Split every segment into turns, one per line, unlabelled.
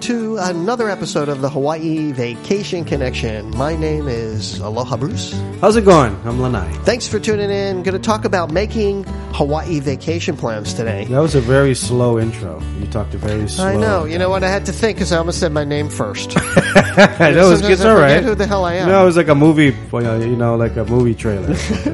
to another episode of the Hawaii Vacation Connection. My name is Aloha Bruce.
How's it going? I'm Lanai.
Thanks for tuning in. Going to talk about making Hawaii vacation plans today.
That was a very slow intro. You talked a very slow.
I know. You know what? I had to think because I almost said my name first.
I know it's,
Sometimes
it's
I
all
forget
right.
who the hell I am.
No, it was like a movie. well, uh, You know, like a movie trailer.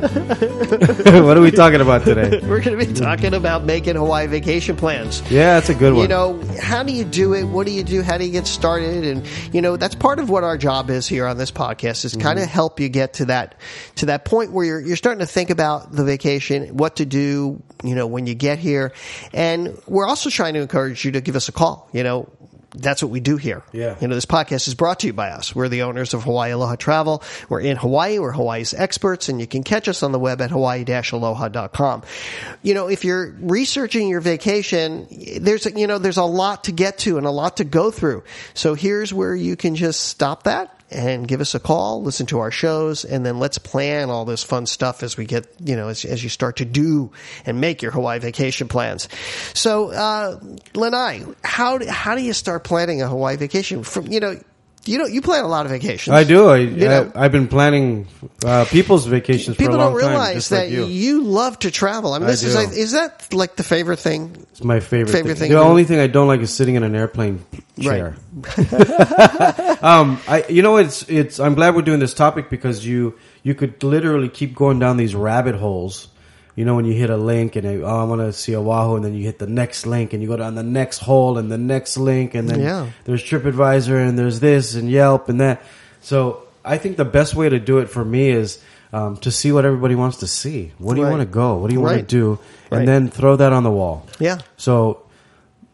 what are we talking about today?
We're going to be talking about making Hawaii vacation plans.
Yeah, that's a good one.
You know, how do you do it? What do you do? How do you get started? And you know, that's part of what our job is here on this podcast is
Mm-hmm.
kind of help you get to that to that point where you're you're starting to think about the vacation, what to do, you know, when you get here. And we're also trying to encourage you to give us a call, you know. That's what we do here.
Yeah.
You know, this podcast is brought to you by us. We're the owners of Hawaii Aloha Travel. We're in Hawaii. We're Hawaii's experts, and you can catch us on the web at hawaii-aloha.com. You know, if you're researching your vacation, there's, a- you know, there's a lot to get to and a lot to go through. So here's where you can just stop that and give us a call, listen to our shows, and then let's plan all this fun stuff as we get, you know, as, as you start to do and make your Hawaii vacation plans. So, uh, Lanai, how, do- how do you start planning a Hawaii vacation from, you know, you know, you plan a lot of vacations.
I do. I,
know-
I, I've been planning uh, people's vacations for
People
a long
don't
time.
realize
Just
that
like
you.
you.
love to travel. I mean,
I
this is
do.
like, is that like the favorite thing?
It's my favorite,
Favorite
thing.
thing
The
to-
only thing I don't like is sitting in an airplane chair. um, I, you know, it's it's. I'm glad we're doing this topic because you you could literally keep going down these rabbit holes. You know, when you hit a link and uh, oh, I want to see Oahu, and then you hit the next link and you go down the next hole and the next link, and then
Yeah.
there's TripAdvisor and there's this and Yelp and that. So I think the best way to do it for me is. Um, to see what everybody wants to see. What do you
Right.
want to go? What do you want
Right.
to do? And
Right.
then throw that on the wall.
Yeah.
So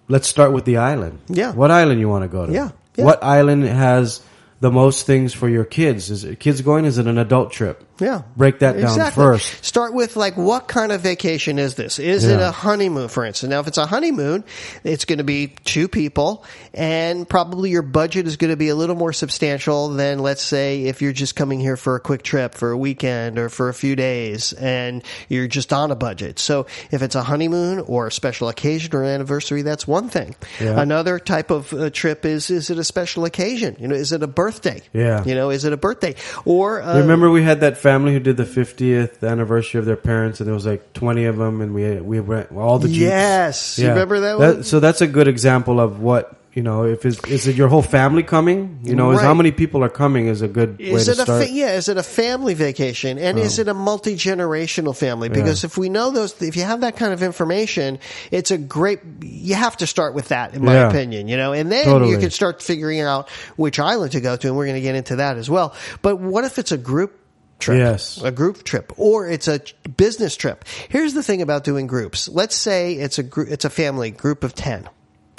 let's start with the island.
Yeah.
What island you want to go to?
Yeah, yeah.
What island has the most things for your kids? Is it kids going? Is it an adult trip?
Yeah.
Break that down
Exactly.
first.
Start with like what kind of vacation is this? Is it
Yeah.
a honeymoon, for instance? Now, if it's a honeymoon, it's going to be two people, and probably your budget is going to be a little more substantial than let's say if you're just coming here for a quick trip for a weekend or for a few days, and you're just on a budget. So, if it's a honeymoon or a special occasion or an anniversary, that's one thing.
Yeah.
Another type of uh, trip is is it a special occasion? You know, is it a birthday?
Yeah.
You know, is it a birthday or uh,
Remember, we had that family who did the 50th anniversary of their parents, and there was like 20 of them, and we we went all the jeeps.
Yes. You remember that one?
So that's a good example of what. You know, if it's, is it your whole family coming? You know, is how
Right.
many people are coming is a good way
Is
to
it a
start. Oh.
fa- yeah? Is it a family vacation, and is it a multi generational family? Because if we know those, if you have that kind of information, it's a great. You have to start with that, in my
Yeah.
opinion. You know, and then you
Totally.
can start figuring out which island to go to, and we're going to get into that as well. But what if it's a group? Trip,
Yes.
a group trip, or it's a ch- business trip. Here's the thing about doing groups. Let's say it's a group, it's a family group of ten,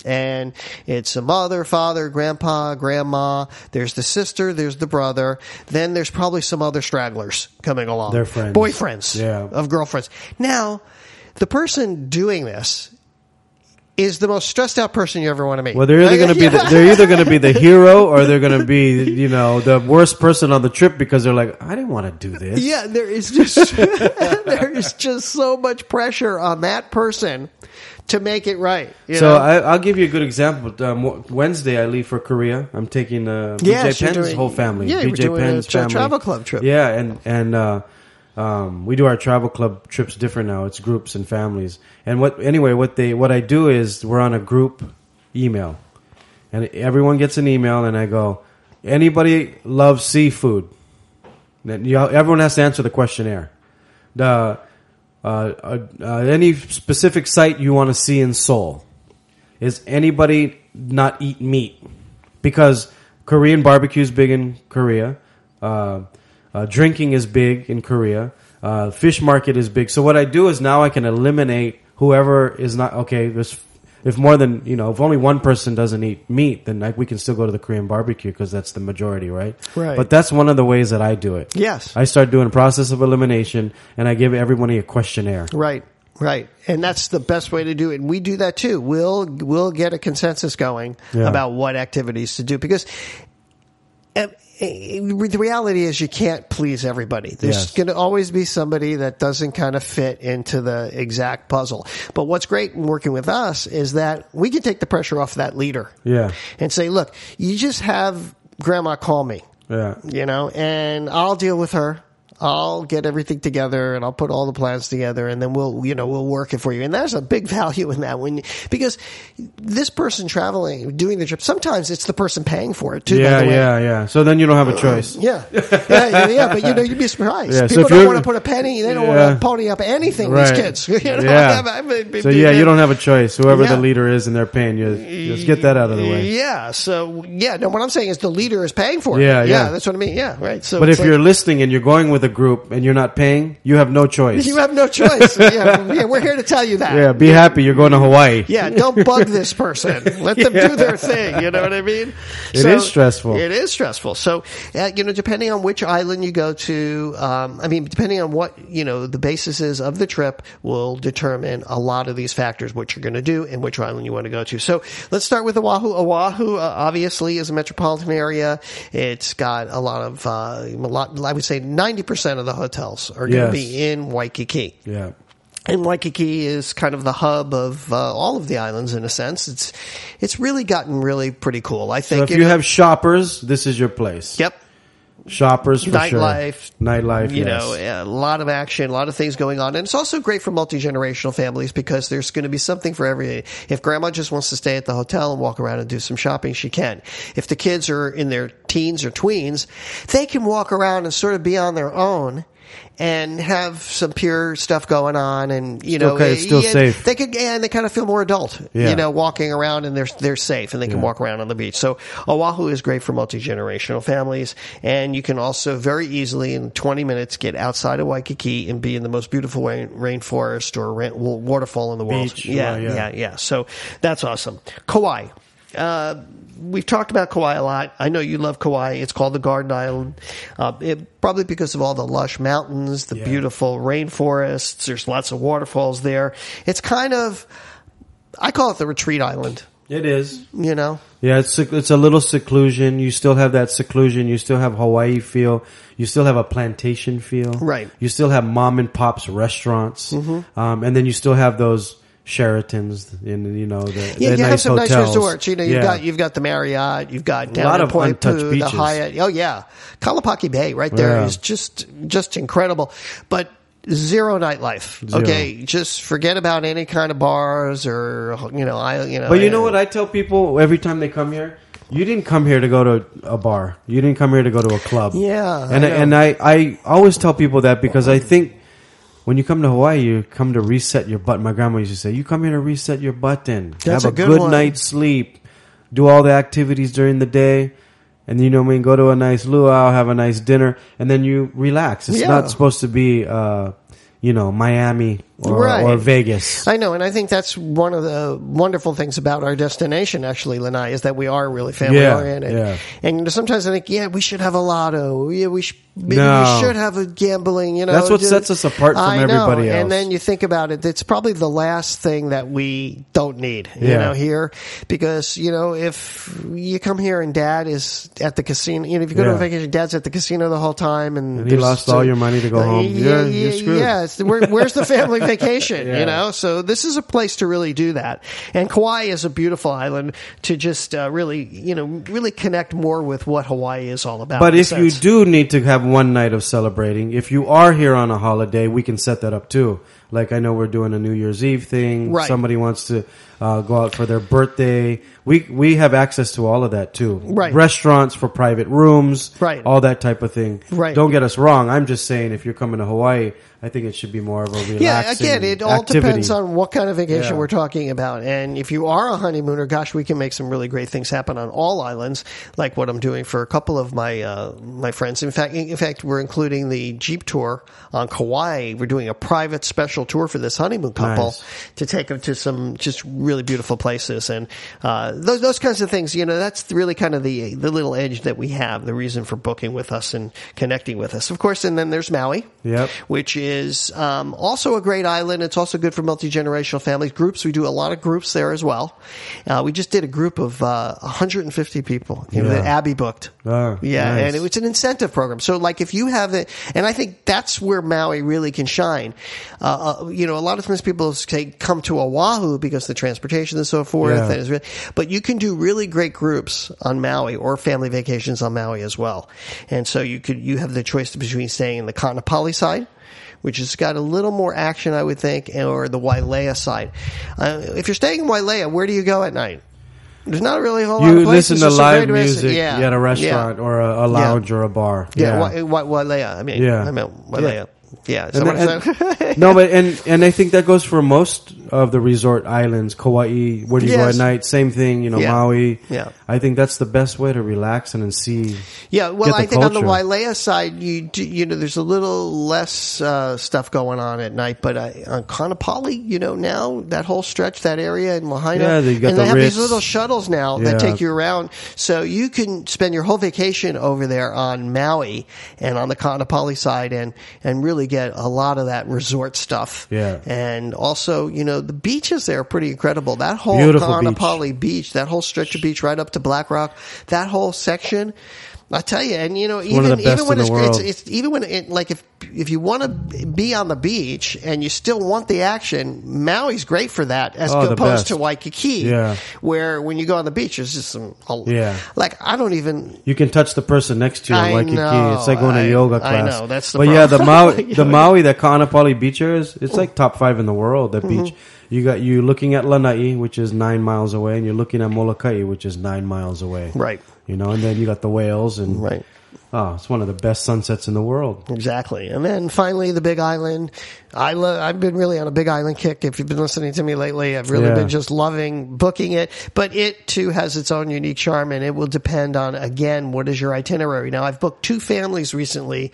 and it's a mother, father, grandpa, grandma. There's the sister, there's the brother. Then there's probably some other stragglers coming along.
They're friends.
boyfriends,
Yeah.
of girlfriends. Now, the person doing this is the most stressed out person you ever want to meet.
Well, they're either
Like,
going to be the, they're either going to be the hero or they're going to be you know the worst person on the trip because they're like I didn't want to do this.
Yeah, there is just there is just so much pressure on that person to make it right. you
So
know?
I, I'll give you a good example. Um, Wednesday I leave for Korea. I'm taking uh,
Yes,
BJ
you're
Penn's
doing-
whole family.
yeah,
BJ
you were doing a
Penn's
tra-
family.
travel club trip.
Yeah, and and uh, um, we do our travel club trips different now. It's groups and families. And what anyway, what they what I do is we're on a group email, and everyone gets an email, and I go, anybody loves seafood? Then you, everyone has to answer the questionnaire. The uh, uh, uh, any specific site you want to see in Seoul? Is anybody not eat meat? Because Korean barbecue is big in Korea. Uh, uh, drinking is big in Korea. Uh, fish market is big. So what I do is now I can eliminate whoever is not okay. There's if more than you know, if only one person doesn't eat meat, then like we can still go to the Korean barbecue because that's the majority, right?
Right.
But that's one of the ways that I do it.
Yes.
I start doing a process of elimination, and I give everybody a questionnaire.
Right, right, and that's the best way to do it. And we do that too. We'll we'll get a consensus going
Yeah.
about what activities to do because. ev- eh, the reality is you can't please everybody. There's
Yes.
going to always be somebody that doesn't kind of fit into the exact puzzle. But what's great in working with us is that we can take the pressure off that leader
Yeah.
and say, look, you just have grandma call me,
Yeah.
you know, and I'll deal with her. I'll get everything together and I'll put all the plans together and then we'll, you know, we'll work it for you. And there's a big value in that when, because this person traveling, doing the trip, sometimes it's the person paying for it too, by
Yeah,
the way.
yeah, yeah. So then you don't have a choice.
Yeah. yeah, yeah, yeah, but you know, you'd be surprised.
Yeah, so
People
if
don't
you're-
want to put a penny. They don't
Yeah.
want to pony up anything.
Right.
These kids, you know,
yeah.
I mean,
so yeah, you don't have a choice. Whoever
Yeah.
the leader is, and they're paying you. Just get that out of the way.
Yeah. So yeah, no. What I'm saying is the leader is paying for it.
Yeah, yeah.
That's what I mean. Yeah, right. So,
But
it's
if you're listening and you're going with a group and you're not paying, you have no choice.
you have no choice. yeah, yeah, we're here to tell you that.
yeah, be happy. You're going to Hawaii.
Yeah, don't bug this person. Let them do their thing. You know what I mean? It
It
is
is stressful.
It is stressful. So, uh, you know, depending on which island you go to, um, I mean, depending on what, you know, the basis is of the trip will determine a lot of these factors, what you're going to do and which island you want to go to. So let's start with Oahu. Oahu, uh, obviously, is a metropolitan area. It's got a lot of, uh, a lot, I would say 90% of the hotels are going to
Yes.
be in Waikiki.
Yeah.
And Waikiki is kind of the hub of uh, all of the islands in a sense. It's it's really gotten really pretty cool. I
So
think.
if you have shoppers, this is your place.
yep,
Shoppers for sure.
Nightlife,
Nightlife.
you
yes.
know, a lot of action, a lot of things going on, and it's also great for multi generational families because there's going to be something for every. If grandma just wants to stay at the hotel and walk around and do some shopping, she can. If the kids are in their teens or tweens, they can walk around and sort of be on their own. And have some pure stuff going on, and you know,
Okay, it's still
yeah,
safe.
They could, and they kind of feel more adult,
Yeah.
you know, walking around and they're they're safe and they can walk around on the beach. So Oahu is great for multi generational families, and you can also very easily in 20 minutes get outside of Waikiki and be in the most beautiful rain, rainforest or rain, wa- waterfall in the world.
Beach,
yeah,
right,
yeah,
yeah.
yeah, So that's awesome. Kauai. Uh, we've talked about Kauai a lot. I know you love Kauai. It's called the Garden Island, uh, it, probably because of all the lush mountains, the
Yeah.
beautiful rainforests. There's lots of waterfalls there. It's kind of I call it the retreat island.
It is.
You know,
Yeah, it's sec- it's a little seclusion. You still have that seclusion. You still have Hawaii feel. You still have a plantation feel.
Right. Mm-hmm.
You still have mom and pops restaurants. Um, and then you still have those Sheratons and you know the,
yeah,
the
you
nice
have some
hotels.
nice resorts. You know, you've
Yeah.
got you've got the Marriott, you've got down
lot
in
of
Point
untouched
Poo,
beaches.
the Hyatt. Oh yeah, Kalapaki Bay right there is
Yeah.
just just incredible, but. Zero nightlife.
Zero.
Okay, just forget about any kind of bars or you know, I you know.
But you know what I tell people every time they come here? You didn't come here to go to a bar. You didn't come here to go to a club.
Yeah,
And
I
I
know.
and I, I always tell people that because I think when you come to Hawaii, you come to reset your butt. My grandma used to say, "You come here to reset your button.
That's
Have
a
a
good
good,
one.
night's sleep. Do all the activities during the day." And you know what I mean? Go to a nice luau, have a nice dinner, and then you relax. It's
Yeah.
not supposed to be, uh, you know, Miami or,
Right.
or Vegas.
I know, and I think that's one of the wonderful things about our destination, actually, Lanai, is that we are really family oriented.
Yeah, yeah.
And sometimes I think, yeah, we should have a lotto. Yeah, we should, maybe
No.
we should have a gambling. You know,
That's what sets us apart from
I know,
everybody else.
And then you think about it, it's probably the last thing that we don't need. You
Yeah.
know, here because you know if you come here and Dad is at the casino, you know, if you go to
Yeah.
a vacation, Dad's at the casino the whole time, and,
And he
there's-
lost all your money to go home.
Yeah, yeah,
You're- you're screwed.
yeah, it's- where, where's the family vacation? You
Yeah.
know, so this is a place to really do that. And Kauai is a beautiful island to just uh, really, you know, really connect more with what Hawaii is all about.
But
in a
if you
sense.
do need to have one night of celebrating, if you are here on a holiday, we can set that up too. Like I know we're doing a New Year's Eve thing.
Right.
Somebody wants to uh, go out for their birthday. We we have access to all of that too.
Right.
Restaurants for private rooms.
Right.
All that type of thing.
Right.
Don't get us wrong. I'm just saying, if you're coming to Hawaii, I think it should be more of a relaxing.
yeah, again, it all
activity.
depends on what kind of vacation
Yeah.
we're talking about. And if you are a honeymooner, gosh, we can make some really great things happen on all islands, like what I'm doing for a couple of my uh, my friends. In fact, in fact, we're including the jeep tour on Kauai. We're doing a private special special tour for this honeymoon couple
Nice.
to take them to some just really beautiful places and uh, those those kinds of things. You know, that's really kind of the the little edge that we have, the reason for booking with us and connecting with us, of course. And then there's Maui,
Yep.
which is um, also a great island. It's also good for multi generational families, groups. We do a lot of groups there as well. Uh, we just did a group of uh, 150 people you know,
Yeah.
that Abby booked.
Oh,
yeah,
nice.
and it was it's an incentive program. So like if you have it, and I think that's where Maui really can shine. Uh, uh, you know, a lot of times people say come to Oahu because the transportation and so forth.
Yeah.
And it's re- but you can do really great groups on Maui or family vacations on Maui as well. And so you could you have the choice between staying in the Kanapali side. Which has got a little more action, I would think, or the Wailea side. Uh, if you're staying in Wailea, where do you go at night? There's not really a whole lot of
You
places.
listen to
There's some
live
great places.
music
Yeah,
at a
yeah.
restaurant or a, a lounge or a bar.
Yeah, why why, why Leia? I mean,
Yeah.
I meant why Leia? Yeah,
And-
someone
and-
said.
no, but and and I think that goes for most of the resort islands, Kauai, where do you go
Yes.
at night, same thing, you know,
Yeah.
Maui.
Yeah.
I think that's the best way to relax and, and see.
yeah, well,
Get the
I think on the
culture.
Wailea side, you do, you know, there's a little less uh, stuff going on at night, but uh, on Kanapali, you know, now that whole stretch, that area in Lahaina,
Yeah, they got
and
the
they have
Ritz.
these little shuttles now
Yeah.
that take you around, so you can spend your whole vacation over there on Maui and on the Kanapali side, and and really get a lot of that resort stuff.
Yeah.
and also, you know, the beaches there are pretty incredible. That whole
Beautiful
Kaanapali
beach.
Valley Beach, that whole stretch of beach right up to Black Rock, that whole section. I tell you, and you know, even
one of the best
even when
in
it's,
the
it's,
world.
it's even when it, like if if you want to be on the beach and you still want the action, Maui's great for that as
Oh, the
opposed to
best.
Waikiki,
Yeah.
where when you go on the beach, it's just some
Yeah.
Like I don't even
You can touch the person next to you,
I
in Waikiki.
know,
it's like going to
I-
yoga
I
class.
know, that's the
but yeah, the
problem.
Maui, the Maui, that Kaanapali beach area is it's like top five in the world. That
Mm-hmm.
beach, you got you looking at Lanai, which is nine miles away, and you're looking at Molokai, which is nine miles away.
Right.
You know, and then you got the whales and
right.
Oh, it's one of the best sunsets in the world.
Exactly. And then finally, the Big Island. I lo- I've been really on a Big Island kick. If you've been listening to me lately, I've really
Yeah.
been just loving booking it. But it too has its own unique charm, and it will depend on, again, what is your itinerary. Now, I've booked two families recently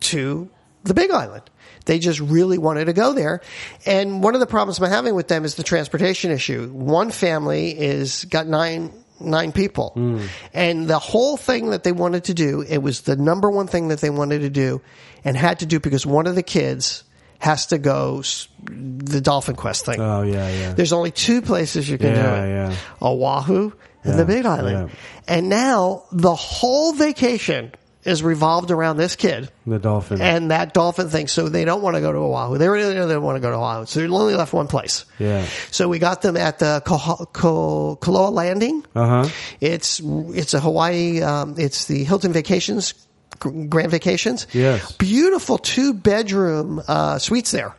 to the Big Island. They just really wanted to go there. And one of the problems I'm having with them is the transportation issue. One family is got nine nine people. And the whole thing that they wanted to do, it was the number one thing that they wanted to do and had to do because one of the kids has to go s- the dolphin quest thing.
Oh yeah, yeah.
There's only two places you can
Yeah,
do it.
yeah.
Oahu and the
Yeah,
Big Island.
yeah.
And now the whole vacation is revolved around this kid
the dolphin.
and that dolphin thing. So they don't want to go to Oahu. They really don't want to go to Oahu. So they're only left one place.
Yeah.
So we got them at the Koha- Ko- Koloa Landing.
Uh huh.
It's it's a Hawaii. Um, it's the Hilton Vacations, Gr- Grand Vacations.
Yes.
beautiful two bedroom uh, suites there,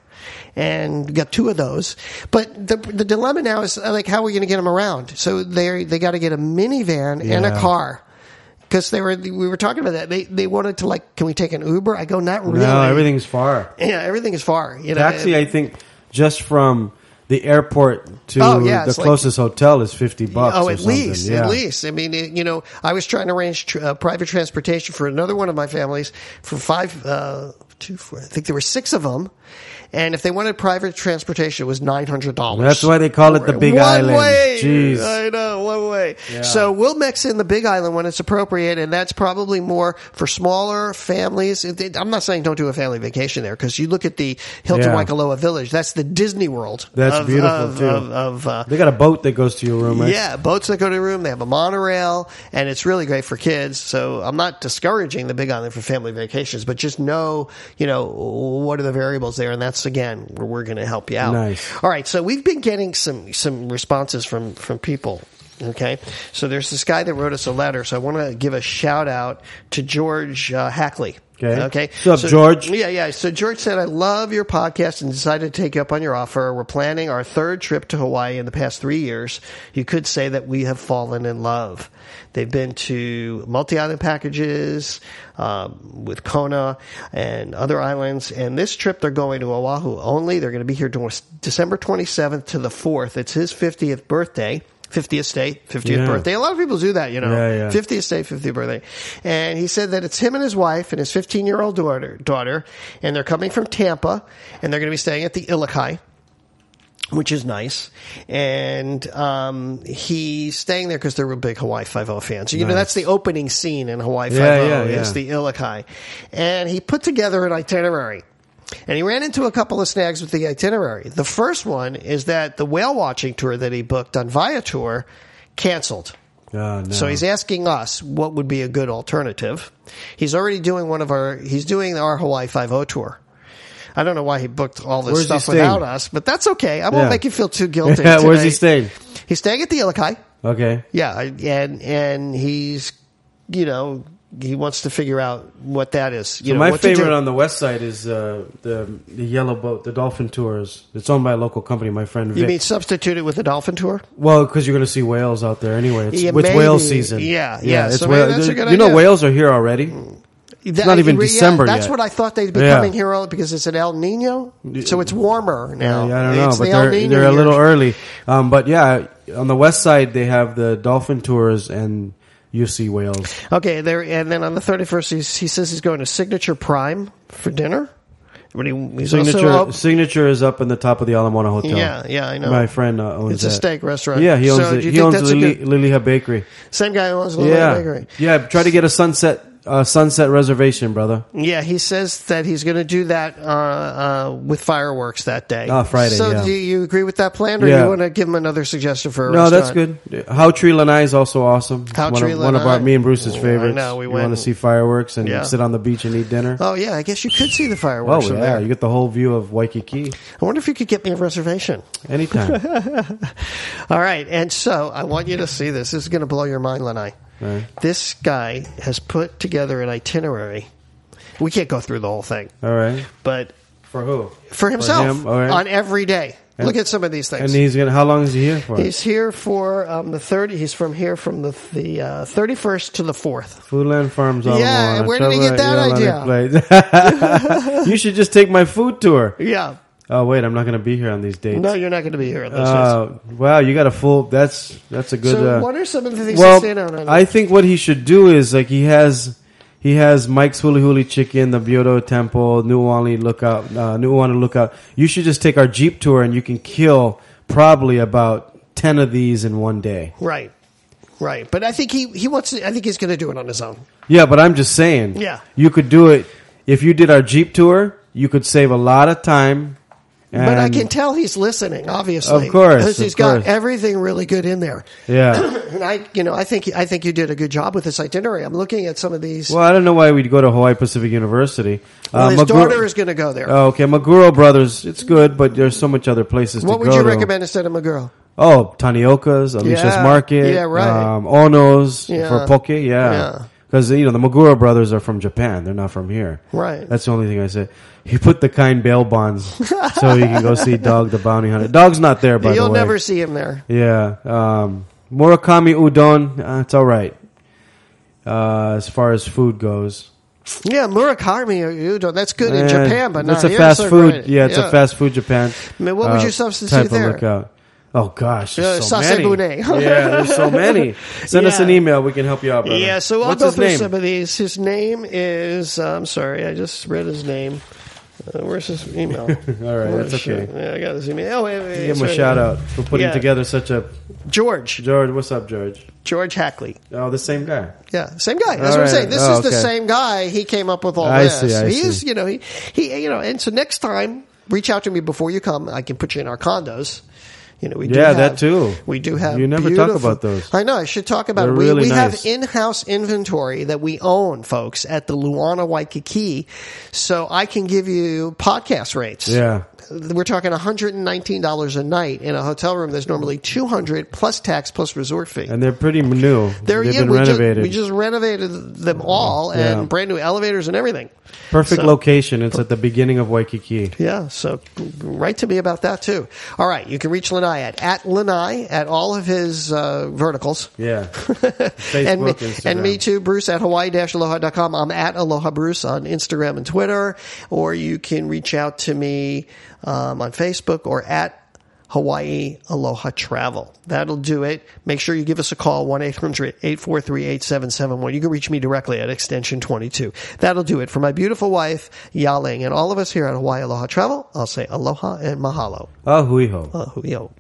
and we got two of those. But the the dilemma now is uh, like, how are we going to get them around? So they they got to get a minivan and a
Yeah.
car. Because they were, we were talking about that. They they wanted to like, can we take an Uber? I go, not really.
No, everything's far.
Yeah, everything is far. You know,
Actually, I think just from the airport to
Oh, yeah,
the
it's like-
closest hotel is fifty bucks.
Oh,
or
at
something.
least,
yeah.
at least. I mean, it, you know, I was trying to arrange tr- uh, private transportation for another one of my families for five, uh, two, four. I think there were six of them, and if they wanted private transportation, it was nine hundred dollars.
That's why they call it the Big
one
Island.
Way.
Jeez.
I know one way. So we'll mix in the Big Island when it's appropriate, and that's probably more for smaller families. It- it- I'm not saying don't do a family vacation there because you look at the Hilton
Yeah.
Waikoloa Village. That's the Disney World.
That's
of-
beautiful,
of-
too.
Of, of, uh,
They got a boat that goes to your room. Right?
yeah, boats that go to your room. They have a monorail, and it's really great for kids. So I'm not discouraging the Big Island for family vacations, but just know, you know, what are the variables there, and that's again where we're going to help you out.
Nice.
All right, so we've been getting some some responses from from people. Okay, so there's this guy that wrote us a letter, so I want to give a shout out to George uh, Hackley.
Okay.
Okay.
What's up, George?
Yeah, yeah. So George said, I love your podcast and decided to take you up on your offer. We're planning our third trip to Hawaii in the past three years. You could say that we have fallen in love. They've been to multi island packages um, with Kona and other islands. And this trip, they're going to Oahu only. They're going to be here Dec- December 27th to the 4th. It's his 50th birthday. 50th state, 50th
Yeah.
birthday. A lot of people do that, you know.
Yeah, yeah.
50th state, 50th birthday. And he said that it's him and his wife and his 15 year old daughter, daughter, and they're coming from Tampa, and they're going to be staying at the Ilokai which is nice. And um, he's staying there because they're real big Hawaii Five O fans. You know,
Nice.
that's the opening scene in Hawaii Five
Yeah,
O
yeah,
is
yeah.
the Ilokai, and he put together an itinerary. And he ran into a couple of snags with the itinerary. The first one is that the whale watching tour that he booked on Viator canceled.
Oh, no.
So he's asking us what would be a good alternative. He's already doing one of our. He's doing our Hawaii Five O tour. I don't know why he booked all this
Where's he
stuff
staying?
without us, but that's okay. I won't
Yeah.
make you feel too guilty.
Yeah, where's
today.
he staying?
He's staying at the Ilokai.
Okay.
Yeah, I- and and he's you know he wants to figure out what that is. You know,
My
what to do.
favorite on the west side is uh, the the Yellow Boat, the Dolphin Tours. It's owned by a local company. My friend Vic.
you mean substitute it with the dolphin tour?
well, because you're going to see whales out there anyway. It's,
Yeah,
it's whale
maybe.
season.
Yeah, yeah,
It's
so maybe
whale.
that's a
you
good
know,
idea.
whales are here already.
That-
not even
yeah,
December
That's
yet.
what I thought they'd be
Yeah.
coming here all because it's an El Nino, so it's warmer now.
Yeah, I don't know,
It's
but
the El
they're,
Niño
they're a
years.
little early. Um, but yeah, on the west side they have the Dolphin Tours and you see whales.
Okay, there, and then on the thirty first, he says he's going to Signature Prime for dinner. But he, he's
Signature
also up,
Signature is up in the top of the Alamona Hotel.
yeah, yeah, I know.
My friend uh, owns
it's a
that.
steak restaurant.
Yeah, he owns
so
it.
Do you
He
think
owns
that's
Lily,
a good,
Lilia Bakery.
same guy who owns Little
Yeah,
Bakery?
yeah. Try to get a sunset uh, sunset reservation, brother.
Yeah, he says that he's going to do that uh, uh, with fireworks that day.
Ah, Friday,
So
yeah.
do you agree with that plan, or
Yeah.
you want to give him another suggestion for a
No, that's
restaurant?
good. How Tree Lanai is also awesome. It's
How
one
Tree
of, one of
Lanai.
our me and Bruce's
Oh, I
favorites.
know, we
you
went-
want to see fireworks and
Yeah.
sit on the beach and eat dinner.
Oh yeah, I guess you could see the
Oh
fireworks
yeah,
from there.
you get the whole view of Waikiki
I wonder if you could get me a reservation.
anytime.
All right, and so I want you to see this. This is going to blow your mind, Lanai.
Right.
This guy has put together an itinerary. We can't go through the whole thing,
All right,
but
for who?
for himself
him, all right.
on every day. Look at some of these
And
things.
he's gonna. How long is he here for?
he's here for um, the thirty. He's from here from the the uh, thirty first to the fourth.
Foodland Farms. Alamona.
Yeah, where did he get
that idea? you should just take my food tour.
Yeah.
Oh wait, I'm not gonna be here on these dates.
No, you're not going to be here on those days.
Uh, wow, you got a full. That's that's a good.
So,
uh,
what are some of the things
well,
to stand out on?
I think what he should do is like he has he has Mike's Huli Huli Chicken, the Byodo Temple, Nuwani Lookout, uh, Nuwani Lookout. You should just take our jeep tour, and you can kill probably about ten of these in one day.
right, right. But I think he he wants. To, I think he's going to do it on his own.
Yeah, but I'm just saying.
Yeah.
you could do it if you did our jeep tour. You could save a lot of time. And,
But I can tell he's listening, obviously.
Of course,
because he's
of
got
course.
everything really good in there.
yeah.
And I, you know, I think I think you did a good job with this itinerary. I'm looking at some of these.
Well, I don't know why we'd go to Hawaii Pacific University. Uh,
Well, his
Maguro-
daughter is going to go there.
Oh, okay, Maguro Brothers. It's good, but there's so much other places
what
to
would
go.
you
to.
recommend instead of Maguro?
Oh, Tanioka's, Alicia's
Yeah.
Market,
Yeah, right.
um, Ono's
Yeah.
for poke,
Yeah.
yeah. Because you know the Maguro brothers are from Japan; they're not from here.
Right.
That's the only thing I said. He put the kind bail bonds so he can go see Dog the Bounty Hunter. Dog's not there, by
You'll
the way.
never see him there.
Yeah. Um, Murakami Udon. Uh, it's all right uh, as far as food goes.
Yeah, Murakami Udon. That's good in
Eh,
Japan, but not
it's a
here,
fast
so
food.
right.
Yeah, it's a fast food Japan. uh,
I mean, what would you substitute
type of
there?
lookout. Oh gosh,
Uh,
there's so
sasebune.
many. yeah, there's so many. Send us
Yeah.
an email. We can help you out. Brother.
Yeah, so I'll
What's
go
his
through
name?
some of these. His name is. uh, I'm sorry, I just read his name. Uh, where's his email? All
right, that's okay.
Yeah, I got his email. Oh, wait, wait,
Give him a
sorry.
shout out for putting
Yeah.
together such a
George.
George. What's up, George?
George Hackley.
Oh, the same guy.
Yeah, same guy. That's
All
what I'm
right.
saying. This
Oh,
is the
okay.
same guy. He came up with all
I
this.
see, I
he is,
see.
you know, he, he, you know, and so next time, reach out to me before you come. I can put you in our condos. You know, we do
Yeah,
have,
that too.
We do have.
You never talk
beautiful-
about those.
I know. I should talk about. it.
They're
We,
really
we have
nice.
in-house inventory that we own, folks, at the Luana Waikiki. So I can give you podcast rates
Yeah.
we're talking $119 a night in a hotel room that's normally 200 plus tax plus resort fee.
And they're pretty new.
They're-
They've
yeah,
been
we
renovated.
Just, we just renovated them all and
Yeah.
brand new elevators and everything.
Perfect
so- Oh.
location. It's at the beginning of Waikiki.
Yeah, so write to me about that too. All right, you can reach Lanai at, at Lanai at all of his uh, verticals.
Yeah. Facebook,
and, me,
Instagram.
and me too, Bruce at hawaii-aloha.com. I'm at Aloha Bruce on Instagram and Twitter, or you can reach out to me um, on Facebook or at Hawaii Aloha Travel. That'll do it. Make sure you give us a call, 1-800-843-8771. You can reach me directly at extension 22. That'll do it. For my beautiful wife, Yaling, and all of us here at Hawaii Aloha Travel, I'll say aloha and mahalo.
Ahuiho.
Ahuyo.